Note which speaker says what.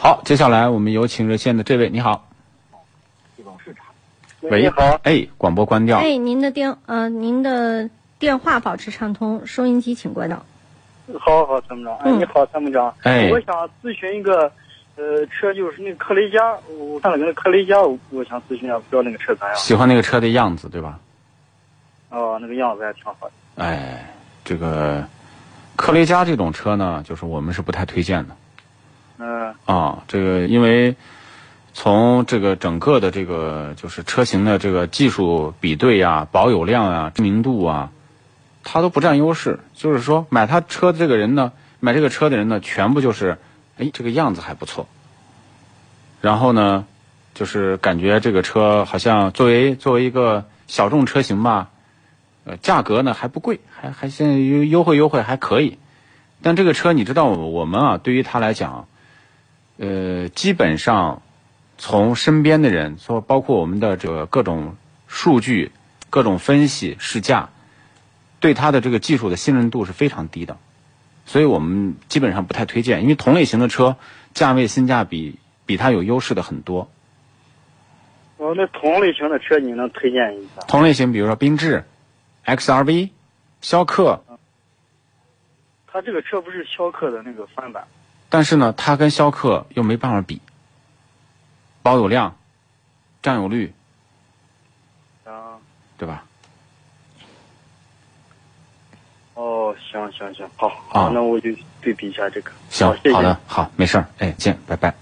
Speaker 1: 好，接下来我们有请热线的这位，你好，
Speaker 2: 系统市场。
Speaker 1: 喂，
Speaker 2: 你好，
Speaker 1: 哎，广播关掉，
Speaker 3: 哎，您的电呃，您的电话保持畅通，收音机请关掉。
Speaker 2: 好好，参谋长，哎，
Speaker 3: 嗯
Speaker 2: 你好，参谋长，
Speaker 1: 哎
Speaker 2: 我想咨询一个，呃，车就是那个克雷嘉，我看了那个克雷嘉，我我想咨询一下，不知道那个车咋样？
Speaker 1: 喜欢那个车的样子，对吧？
Speaker 2: 哦，那个样子还挺好的。
Speaker 1: 哎，这个科雷嘉这种车呢，就是我们是不太推荐的
Speaker 2: 嗯
Speaker 1: 啊。这个因为从这个整个的这个就是车型的这个技术比对呀、保有量啊、知名度啊，它都不占优势。就是说，买他车的这个人呢，买这个车的人呢，全部就是，哎，这个样子还不错。然后呢，就是感觉这个车好像作为作为一个小众车型吧，呃，价格呢还不贵，还还现在优优惠优惠还可以。但这个车你知道，我们啊，对于它来讲，呃，基本上从身边的人，说包括我们的这个各种数据、各种分析、试驾，对它的这个技术的信任度是非常低的，所以我们基本上不太推荐。因为同类型的车，价位性价比比它有优势的很多。
Speaker 2: 哦，那同类型的车你能推荐一下？
Speaker 1: 同类型，比如说缤智、XRV、逍客，
Speaker 2: 它这个车不是逍客的那个翻版，
Speaker 1: 但是呢，它跟逍客又没办法比，保有量、占有率，
Speaker 2: 啊，
Speaker 1: 对吧？
Speaker 2: 哦，行行行，好，
Speaker 1: 啊
Speaker 2: 那我就对比一下这个。
Speaker 1: 行
Speaker 2: 好，谢，谢
Speaker 1: 好的，好，没事儿，哎，见，拜拜。